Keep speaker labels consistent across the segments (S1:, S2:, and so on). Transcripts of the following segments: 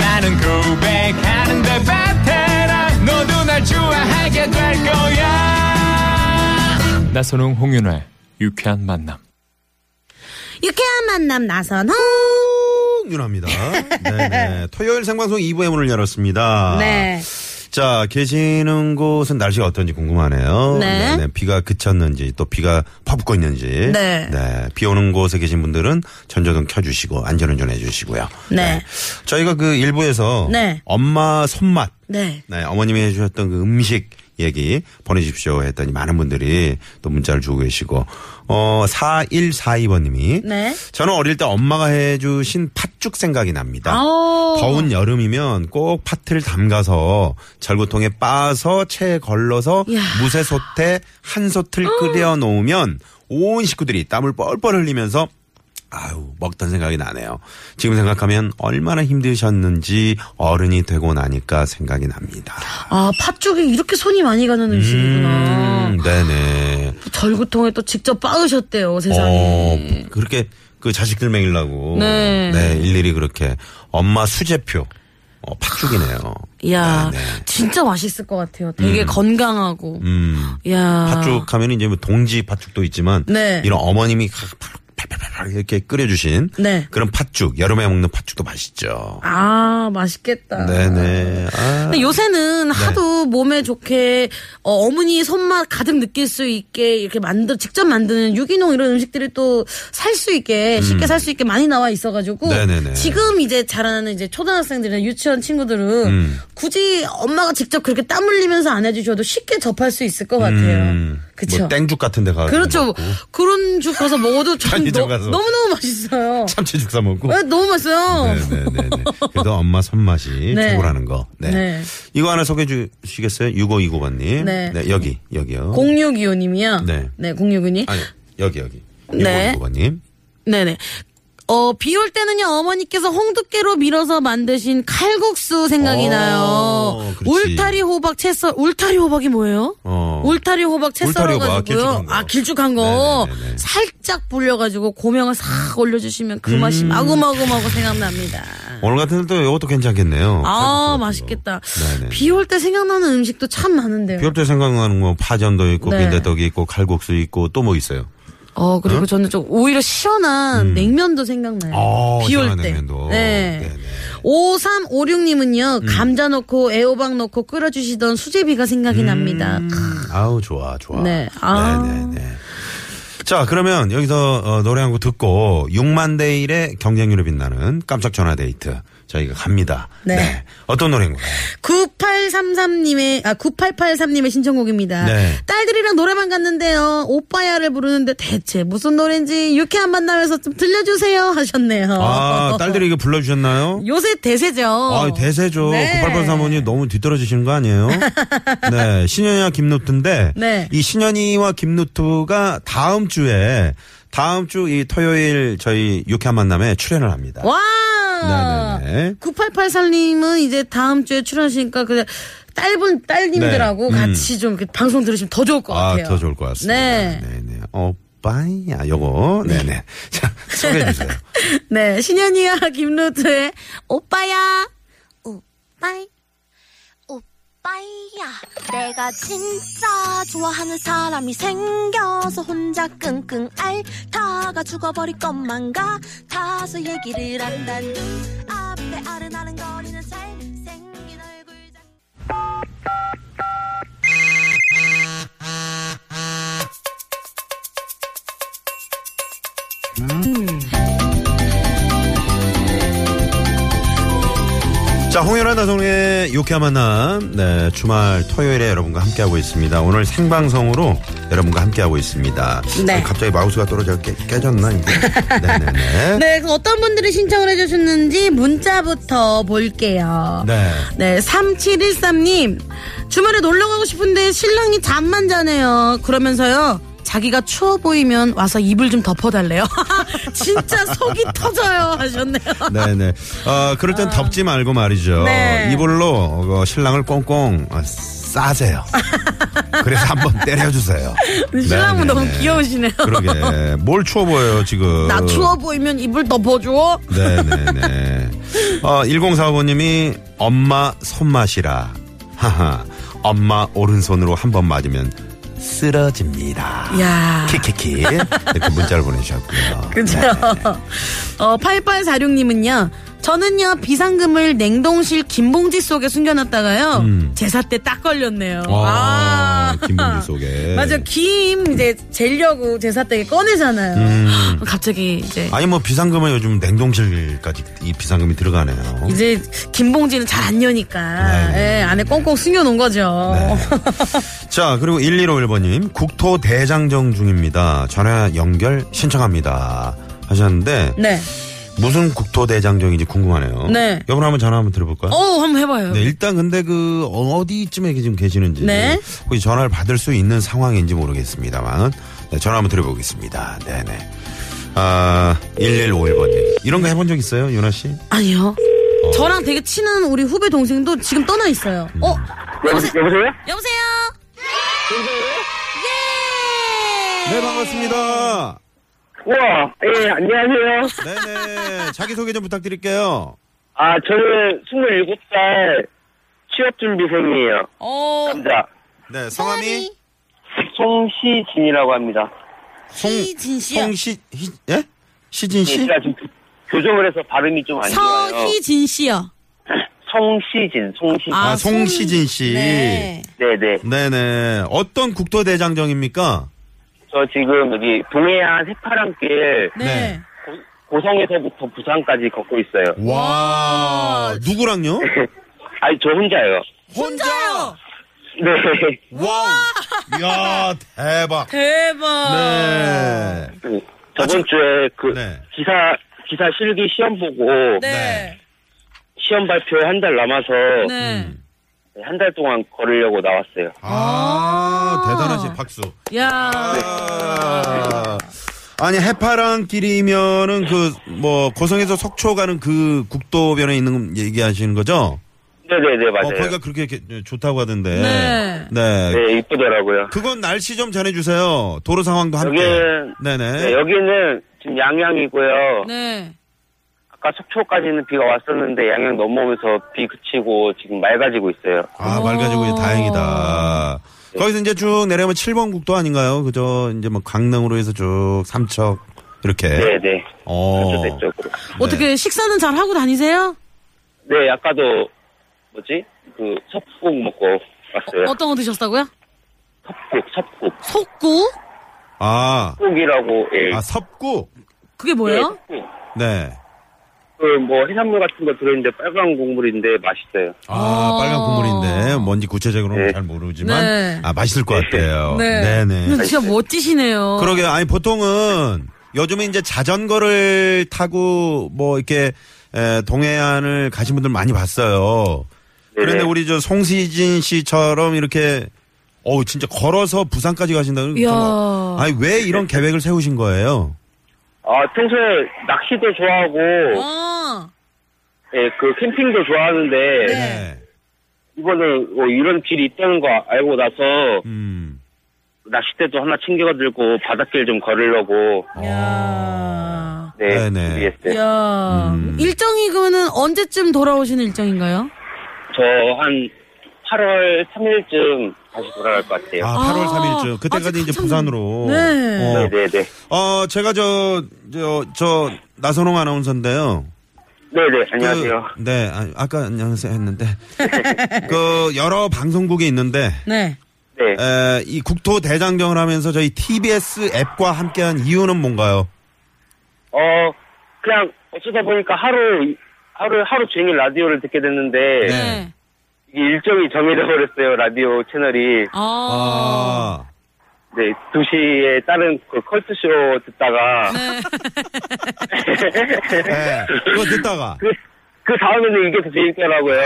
S1: 나는 고백하는데 베테랑 너도 날 좋아하게 될 거야. 나선홍 홍윤아의 유쾌한 만남.
S2: 유쾌한 만남 나선홍.
S3: 윤아입니다. 네네. 토요일 생방송 2부의 문을 열었습니다.
S2: 네.
S3: 자, 계시는 곳은 날씨가 어떤지 궁금하네요.
S2: 네.
S3: 네네. 비가 그쳤는지 또 비가 퍼붓고 있는지.
S2: 네.
S3: 비 오는 곳에 계신 분들은 전조등 켜주시고 안전운전 해주시고요.
S2: 네.
S3: 저희가 그 일부에서
S2: 네.
S3: 엄마 손맛.
S2: 네.
S3: 네, 어머님이 해주셨던 그 음식 얘기 보내주십시오 했더니 많은 분들이 또 문자를 주고 계시고, 어, 4142번님이.
S2: 네.
S3: 저는 어릴 때 엄마가 해주신 팥죽 생각이 납니다.
S2: 오.
S3: 더운 여름이면 꼭 팥을 담가서 절구통에 빻아서 체에 걸러서
S2: 이야.
S3: 무쇠솥에 한 솥을 끓여 놓으면 온 식구들이 땀을 뻘뻘 흘리면서 아유 먹던 생각이 나네요. 지금 생각하면 얼마나 힘드셨는지 어른이 되고 나니까 생각이 납니다.
S2: 아, 팥죽이 이렇게 손이 많이 가는 음식이구나.
S3: 음, 네네.
S2: 절구통에 또 직접 빻으셨대요, 세상에.
S3: 어, 그렇게 그 자식들 먹이려고.
S2: 네.
S3: 일일이 그렇게. 엄마 수제표. 어, 팥죽이네요.
S2: 이야,
S3: 네, 네.
S2: 진짜 맛있을 것 같아요. 되게 건강하고.
S3: 음.
S2: 이야.
S3: 팥죽 하면 이제 뭐 동지 팥죽도 있지만.
S2: 아. 네.
S3: 이런 어머님이 팔팔팔팔 이렇게 끓여주신.
S2: 네.
S3: 그런 팥죽. 여름에 먹는 팥죽도 맛있죠.
S2: 아, 맛있겠다.
S3: 네네. 아.
S2: 근데 요새는 하도 몸에 좋게 어, 어머니의 손맛 가득 느낄 수 있게 이렇게 만들 직접 만드는 유기농 이런 음식들이 또 살 수 있게 쉽게 살 수 있게 많이 나와 있어가지고
S3: 음. 네네네.
S2: 지금 이제 자라나는 이제 초등학생들이나 유치원 친구들은
S3: 음.
S2: 굳이 엄마가 직접 그렇게 땀 흘리면서 안 해주셔도 쉽게 접할 수 있을 것 같아요.
S3: 음,
S2: 그렇죠.
S3: 뭐 땡죽 같은 데 가서.
S2: 그렇죠.
S3: 먹고
S2: 그런 죽 가서 먹어도 참
S3: 편의점
S2: 너,
S3: 가서.
S2: 무너무 맛있어요.
S3: 참치죽 사 먹고.
S2: 네, 너무 맛있어요.
S3: 네네네. 그래도 엄마 손맛이
S2: 네.
S3: 최고라는 거. 네.
S2: 네.
S3: 이거 하나 소개해 주시겠어요? 6529번님.
S2: 네.
S3: 여기, 여기요.
S2: 0625님이요.
S3: 네.
S2: 네, 0625님.
S3: 아니, 여기, 여기.
S2: 네.
S3: 6529번님.
S2: 네네. 어, 비 올 때는요, 어머니께서 홍두깨로 밀어서 만드신 칼국수 생각이
S3: 어,
S2: 나요.
S3: 그렇지.
S2: 울타리 호박 채썰, 울타리 호박이 뭐예요?
S3: 어.
S2: 울타리 호박
S3: 울타리
S2: 채썰어가지고요.
S3: 호박, 길쭉한 거.
S2: 아, 길쭉한 거.
S3: 네네네네.
S2: 살짝 불려가지고 고명을 싹 올려주시면 그
S3: 음.
S2: 맛이 마구마구마구 생각납니다.
S3: 오늘 같은 날또 이것도 괜찮겠네요.
S2: 아, 맛있겠다.
S3: 그렇죠. 네네.
S2: 비 올 때 생각나는 음식도 참 많은데요.
S3: 비올 때 생각나는 거 파전도 있고,
S2: 네.
S3: 빈대떡이 있고, 칼국수 있고, 또 뭐 있어요?
S2: 어, 그리고 저는 좀 오히려 시원한 냉면도 생각나요.
S3: 어,
S2: 비 올
S3: 음. 시원한
S2: 때.
S3: 냉면도.
S2: 네.
S3: 네네. 음.
S2: 5356님은요, 감자 넣고 애호박 넣고 끓여주시던 수제비가 생각이 납니다.
S3: 음, 아우, 좋아, 좋아.
S2: 네. 아.
S3: 네네네. 자, 그러면 여기서 어, 노래 한 곡 듣고 6만 대일의 경쟁률에 빛나는 깜짝 전화 데이트 저희가 갑니다.
S2: 네.
S3: 어떤 노래인가요?
S2: 9833님의, 아, 9883님의 신청곡입니다.
S3: 네.
S2: 딸들이랑 노래방 갔는데요, 오빠야를 부르는데 대체 무슨 노래인지 유쾌한 만남에서 좀 들려주세요 하셨네요.
S3: 아, 딸들이 이거 불러주셨나요?
S2: 요새 대세죠.
S3: 아, 대세죠.
S2: 네.
S3: 9883 사모님 너무 뒤떨어지시는 거 아니에요? 네. 신현이와 김누트인데
S2: 네.
S3: 이 신현이와 김누트가 다음 주에 다음 주 이 토요일 저희 유쾌한 만남에 출연을 합니다.
S2: 와!
S3: 네네네.
S2: 9883님은 이제 다음 주에 출연하시니까 그냥 딸분 딸님들하고
S3: 네, 음.
S2: 같이 좀 이렇게 방송 들으시면 더 좋을 것
S3: 아,
S2: 같아요.
S3: 더 좋을 것 같습니다.
S2: 네.
S3: 네네. 어, 오빠야, 요거. 네네. 자, 소개해주세요.
S2: 네, 신현이와 김루트의 오빠야. 오빠이.
S4: 오빠야 내가 진짜 좋아하는 사람이 생겨서 혼자 끙끙 앓다가 죽어버릴 것만 같아서 얘기를 한다 눈 앞에 아른아른거리는 잘생긴 얼굴 자-
S3: 자, 자, 홍연한 나성의 유쾌한 만남. 네, 주말 토요일에 여러분과 함께하고 있습니다. 오늘 생방송으로 여러분과 함께하고 있습니다.
S2: 네.
S3: 아니, 갑자기 마우스가 떨어져 깨, 깨졌나, 이게? 네네네.
S2: 네, 그 어떤 분들이 신청을 해주셨는지 문자부터 볼게요.
S3: 네.
S2: 네, 3713님. 주말에 놀러 가고 싶은데 신랑이 잠만 자네요. 그러면서요. 자기가 추워 보이면 와서 이불 좀 덮어달래요. 진짜 속이 터져요. 하셨네요.
S3: 네네. 어, 그럴 땐 덥지 말고 말이죠.
S2: 아. 네.
S3: 이불로 어, 신랑을 꽁꽁 어, 싸세요. 그래서 한번 때려주세요.
S2: 신랑은
S3: 네네네.
S2: 너무 귀여우시네요.
S3: 그러게. 뭘 추워 보여요, 지금.
S2: 나 추워 보이면 이불 덮어줘.
S3: 네네네. 어, 1045번님이 엄마 손맛이라. 하하. 엄마 오른손으로 한 번 맞으면 쓰러집니다.
S2: 야.
S3: 키키키. 이렇게 문자를 보내주셨고요.
S2: 그죠? 어, 8846님은요. 저는요, 비상금을 냉동실 김봉지 속에 숨겨놨다가요. 제사 때 딱 걸렸네요.
S3: 아, 음. 김봉지 속에. 네.
S2: 맞아. 김 이제 재려고 제사 때 꺼내잖아요.
S3: 음.
S2: 갑자기 이제.
S3: 아니 뭐 비상금은 요즘 냉동실까지 이 비상금이 들어가네요.
S2: 이제 김봉지는 잘 안 여니까
S3: 네.
S2: 예, 안에 꽁꽁 숨겨놓은 거죠.
S3: 네. 자, 그리고 1151번님, 국토 대장정 중입니다. 전화 연결 신청합니다. 하셨는데,
S2: 네.
S3: 무슨 국토 대장정인지 궁금하네요.
S2: 네.
S3: 여분 한번 전화 한번 드려볼까요?
S2: 어 한번 해봐요.
S3: 네, 일단 근데 그 어디쯤에 지금 계시는지
S2: 네.
S3: 혹시 전화를 받을 수 있는 상황인지 모르겠습니다만 네, 전화 한번 드려보겠습니다. 네네. 아 1151번님 이런 거 해본 적 있어요, 윤아 씨?
S2: 아니요.
S3: 어.
S2: 저랑 되게 친한 우리 후배 동생도 지금 떠나 있어요. 어? 여보세요?
S5: 여보세요?
S2: 여보세요?
S3: 네 반갑습니다.
S5: 우와, 예, 안녕하세요.
S3: 네네 자기 소개 좀 부탁드릴게요.
S5: 아, 저는 27살 취업준비생이에요.
S2: 어,
S5: 남자.
S3: 네 성함이
S5: 송시진이라고 합니다.
S2: 희진 씨요?
S3: 송시 희- 예 시진
S5: 예,
S3: 씨?
S5: 제가 지금 교정을 해서 발음이 좀 안 좋아요.
S2: 서희진 씨요.
S5: 송시진, 송시진.
S3: 아, 송시진
S2: 송-
S3: 씨.
S2: 네.
S5: 네네.
S3: 네네 어떤 국토 대장정입니까?
S5: 저 지금 여기 동해안 해파랑길
S2: 네.
S3: 네.
S5: 고성에서부터 부산까지 걷고 있어요.
S3: 와 누구랑요?
S5: 아니, 저 혼자요.
S2: 혼자요?
S5: 네.
S3: 와우! 야 대박!
S2: 대박.
S3: 네.
S5: 그 저번 주에 그
S3: 네.
S5: 기사, 기사 실기 시험 보고
S3: 네.
S5: 시험 발표 한 달 남아서
S2: 네.
S3: 음.
S5: 한 달 동안 걸으려고 나왔어요.
S3: 아, 대단하신 박수.
S2: 야.
S3: 아. 아니, 해파랑 길이면은 그, 뭐, 고성에서 속초 가는 그 국도변에 있는 거 얘기하시는 거죠?
S5: 네네네,
S3: 어,
S5: 맞아요.
S3: 거기가 그렇게 이렇게 좋다고 하던데.
S2: 네.
S3: 네.
S5: 네, 이쁘더라고요.
S3: 그건 날씨 좀 전해주세요. 도로 상황도 함께.
S5: 여기는-
S3: 네네.
S5: 네, 여기는 지금 양양이고요.
S2: 네.
S5: 아까 속초까지는 비가 왔었는데 양양 넘어오면서 비 그치고 지금 맑아지고 있어요.
S3: 아, 맑아지고 이제 다행이다.
S5: 네.
S3: 거기서 이제 쭉 내려면 7번 국도 아닌가요? 그죠? 이제 뭐 강릉으로 해서 쭉 삼척 이렇게.
S5: 네네.
S3: 어.
S5: 저쪽 쪽으로.
S2: 어떻게 식사는 잘 하고 다니세요?
S5: 네, 아까도 뭐지? 그 섭국 먹고 왔어요. 그
S2: 어떤 거 드셨다고요?
S5: 섭국, 섭국.
S2: 속구?
S3: 아,
S5: 섭국이라고, 예.
S3: 아 섭구.
S2: 그게
S5: 예,
S2: 뭐예요?
S5: 섭국.
S3: 네.
S5: 그 뭐 해산물 같은 거 들어있는데 빨간 국물인데 맛있어요.
S3: 아,
S2: 어.
S3: 빨간 국물인데 뭔지 구체적으로는
S5: 네.
S3: 잘 모르지만
S2: 네.
S3: 아 맛있을 것 같아요.
S2: 네.
S3: 네, 네.
S2: 근데 진짜 멋지시네요.
S3: 그러게 아니 보통은 요즘에 이제 자전거를 타고 뭐 이렇게 에, 동해안을 가신 분들 많이 봤어요. 그런데
S5: 네네.
S3: 우리 저 송시진 씨처럼 이렇게 어우 진짜 걸어서 부산까지 가신다는 거
S2: 이야.
S3: 정말- 아니 왜 이런
S5: 네.
S3: 계획을 세우신 거예요?
S5: 아, 평소에 낚시도 좋아하고,
S2: 어.
S5: 예, 그 캠핑도 좋아하는데,
S3: 네.
S5: 이번에 뭐 이런 길이 있다는 거 알고 나서
S3: 음.
S5: 낚싯대도 하나 챙겨들고 바닷길 좀 걸으려고
S2: 야.
S5: 네
S3: 네네.
S5: 준비했어요.
S2: 야. 일정이 그러면 언제쯤 돌아오시는 일정인가요?
S5: 저 한 8월 3일쯤 다시 돌아갈 것 같아요.
S3: 아, 8월
S2: 아,
S3: 3일쯤 그때까지
S2: 아직
S3: 이제
S2: 한참-
S3: 부산으로.
S2: 네.
S3: 어,
S5: 네네네.
S3: 어, 제가 저, 저, 저, 나선홍 아나운서인데요.
S5: 네네, 안녕하세요.
S3: 그, 네, 아, 아까 안녕하세요 했는데. 그, 여러 방송국이 있는데,
S2: 네.
S5: 네.
S3: 에, 이 국토 대장정을 하면서 저희 TBS 앱과 함께한 이유는 뭔가요?
S5: 어, 그냥 어쩌다 보니까 하루, 하루, 하루 종일 라디오를 듣게 됐는데,
S2: 네.
S5: 이게 일정이 정해져 버렸어요, 라디오 채널이.
S2: 어.
S3: 아,
S5: 네, 2시에 다른 그 컬트쇼 듣다가,
S2: 네.
S3: 예. 그거 듣다가.
S5: 그, 그 다음에는 이게 더 재밌더라고요.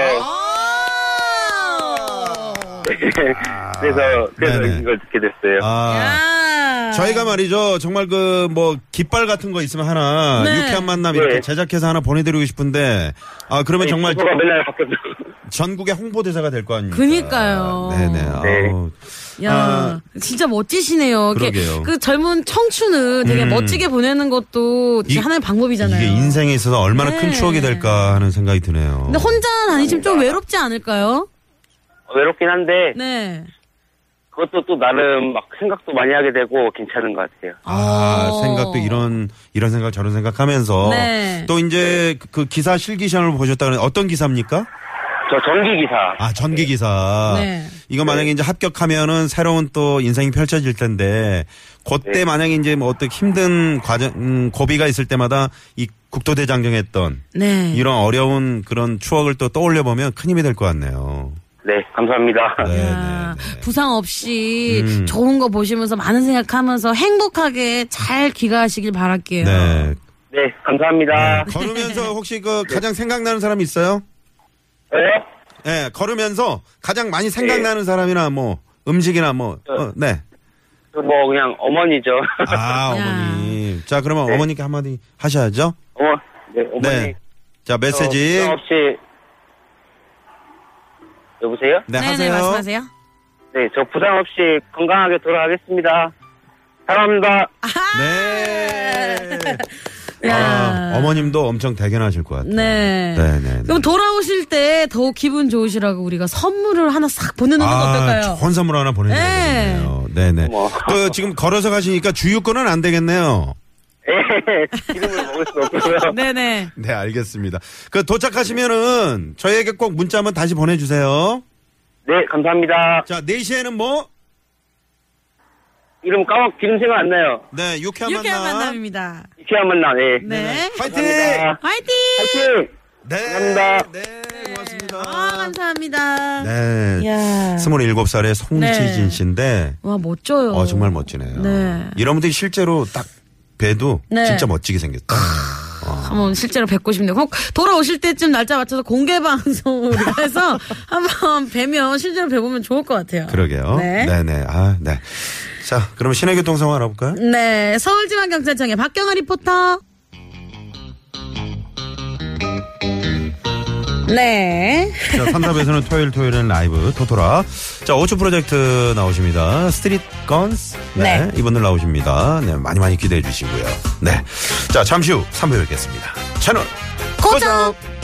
S5: 그래서, 그래서
S3: 네네.
S5: 이걸 듣게 됐어요.
S3: 아.
S2: 야.
S3: 저희가 말이죠. 정말 그 뭐 깃발 같은 거 있으면 하나
S2: 네.
S3: 유쾌한 만남 이렇게
S5: 네.
S3: 제작해서 하나 보내드리고 싶은데 아 그러면 정말
S5: 가 맨날 바뀌어서.
S3: 전국의 홍보대사가 될 거 아닙니까?
S2: 그니까요.
S3: 네네. 아우.
S2: 야,
S3: 아.
S2: 진짜 멋지시네요. 이렇게
S3: 그러게요.
S2: 그 젊은 청춘을 되게
S3: 음.
S2: 멋지게 보내는 것도 진짜
S3: 이-
S2: 하나의 방법이잖아요.
S3: 이게 인생에 있어서 얼마나
S2: 네.
S3: 큰 추억이 될까 하는 생각이 드네요.
S2: 근데 혼자 아니시면 좀 외롭지 않을까요?
S5: 어, 외롭긴 한데,
S2: 네.
S5: 그것도 또 나름 막 생각도 많이 하게 되고 괜찮은 것 같아요.
S3: 아,
S2: 어.
S3: 생각도 이런, 이런 생각 저런 생각 하면서.
S2: 네.
S3: 또 이제 그- 그 기사 실기시험을 보셨다는 어떤 기사입니까?
S5: 저 전기기사.
S3: 아, 전기기사.
S2: 네.
S3: 이거 만약에 이제 합격하면은 새로운 또 인생이 펼쳐질 텐데, 그때
S5: 네.
S3: 만약에 이제 뭐 어떤 힘든 과정, 음, 고비가 있을 때마다 이 국토대장정 했던
S2: 네.
S3: 이런 어려운 그런 추억을 또 떠올려 보면 큰 힘이 될 것 같네요.
S5: 네, 감사합니다.
S3: 네,
S2: 야,
S3: 네, 네.
S2: 아, 부상 없이
S3: 음.
S2: 좋은 거 보시면서 많은 생각하면서 행복하게 잘 귀가하시길 바랄게요.
S3: 네.
S5: 네, 감사합니다.
S3: 걸으면서 혹시 그 가장 생각나는 사람 있어요?
S5: 네?
S3: 예, 걸으면서 가장 많이 생각나는
S2: 네.
S3: 사람이나 뭐 음식이나 뭐, 어, 네.
S5: 뭐 그냥 어머니죠.
S2: 야.
S3: 아, 어머님. 자, 그러면
S2: 네.
S3: 어머니께 한마디 하셔야죠.
S5: 어머, 네, 어머니.
S3: 네. 자,
S5: 저
S3: 메시지.
S2: 어,
S5: 부담 없이 여보세요?
S3: 네,
S2: 네네,
S3: 하세요.
S2: 말씀하세요.
S5: 네, 저 부상 없이 건강하게 돌아가겠습니다. 사랑합니다.
S3: 네.
S2: 야.
S3: 아, 어머님도 엄청 대견하실 것 같아요.
S2: 네.
S3: 네, 네.
S2: 그럼 돌아오실 때 더욱 기분 좋으시라고 우리가 선물을 하나 싹 보내놓는 건
S3: 아,
S2: 어떨까요?
S3: 좋은 선물 하나 보내드리네요. 네, 네.
S5: 어머.
S3: 그 지금 걸어서 가시니까 주유권은 안 되겠네요.
S5: 예, 이름을 먹을 수 없고요.
S2: 네네.
S3: 네, 알겠습니다. 그 도착하시면은 저희에게 꼭 문자 한번 다시 보내주세요.
S5: 네, 감사합니다.
S3: 자, 4시에는 뭐?
S5: 이름 까먹, 이름 생각 안 나요.
S3: 네, 유쾌한
S2: 유쾌한
S3: 만남.
S2: 만남입니다.
S5: 이케아 만나, 네.
S2: 네.
S3: 파이팅!
S5: 감사합니다.
S2: 화이팅!
S5: 화이팅!
S3: 네.
S5: 감사합니다.
S3: 네, 고맙습니다.
S2: 아, 감사합니다.
S3: 네.
S2: 이야.
S3: 27살의 송지진
S2: 네.
S3: 씨인데
S2: 와, 멋져요.
S3: 어, 정말 멋지네요.
S2: 네.
S3: 이런 분들이 실제로 딱 봬도
S2: 네.
S3: 진짜 멋지게 생겼다.
S2: 한번 실제로 뵙고 싶네요. 꼭 돌아오실 때쯤 날짜 맞춰서 공개 방송으로 해서 한번 뵈면 실제로 뵈보면 좋을 것 같아요.
S3: 그러게요.
S2: 네.
S3: 네. 네 아, 네. 자, 그럼 시내교통 상황 알아볼까요?
S2: 네, 서울지방경찰청의 박경아 리포터. 네.
S3: 자, 산탑에서는 토요일 토요일은 라이브 토토라. 자, 오츠 프로젝트 나오십니다. 스트릿 건스. 네. 이분들 나오십니다. 네, 많이 많이 기대해 주시고요. 네. 자, 잠시 후 3부에 뵙겠습니다. 채널
S2: 고정.
S3: 고정.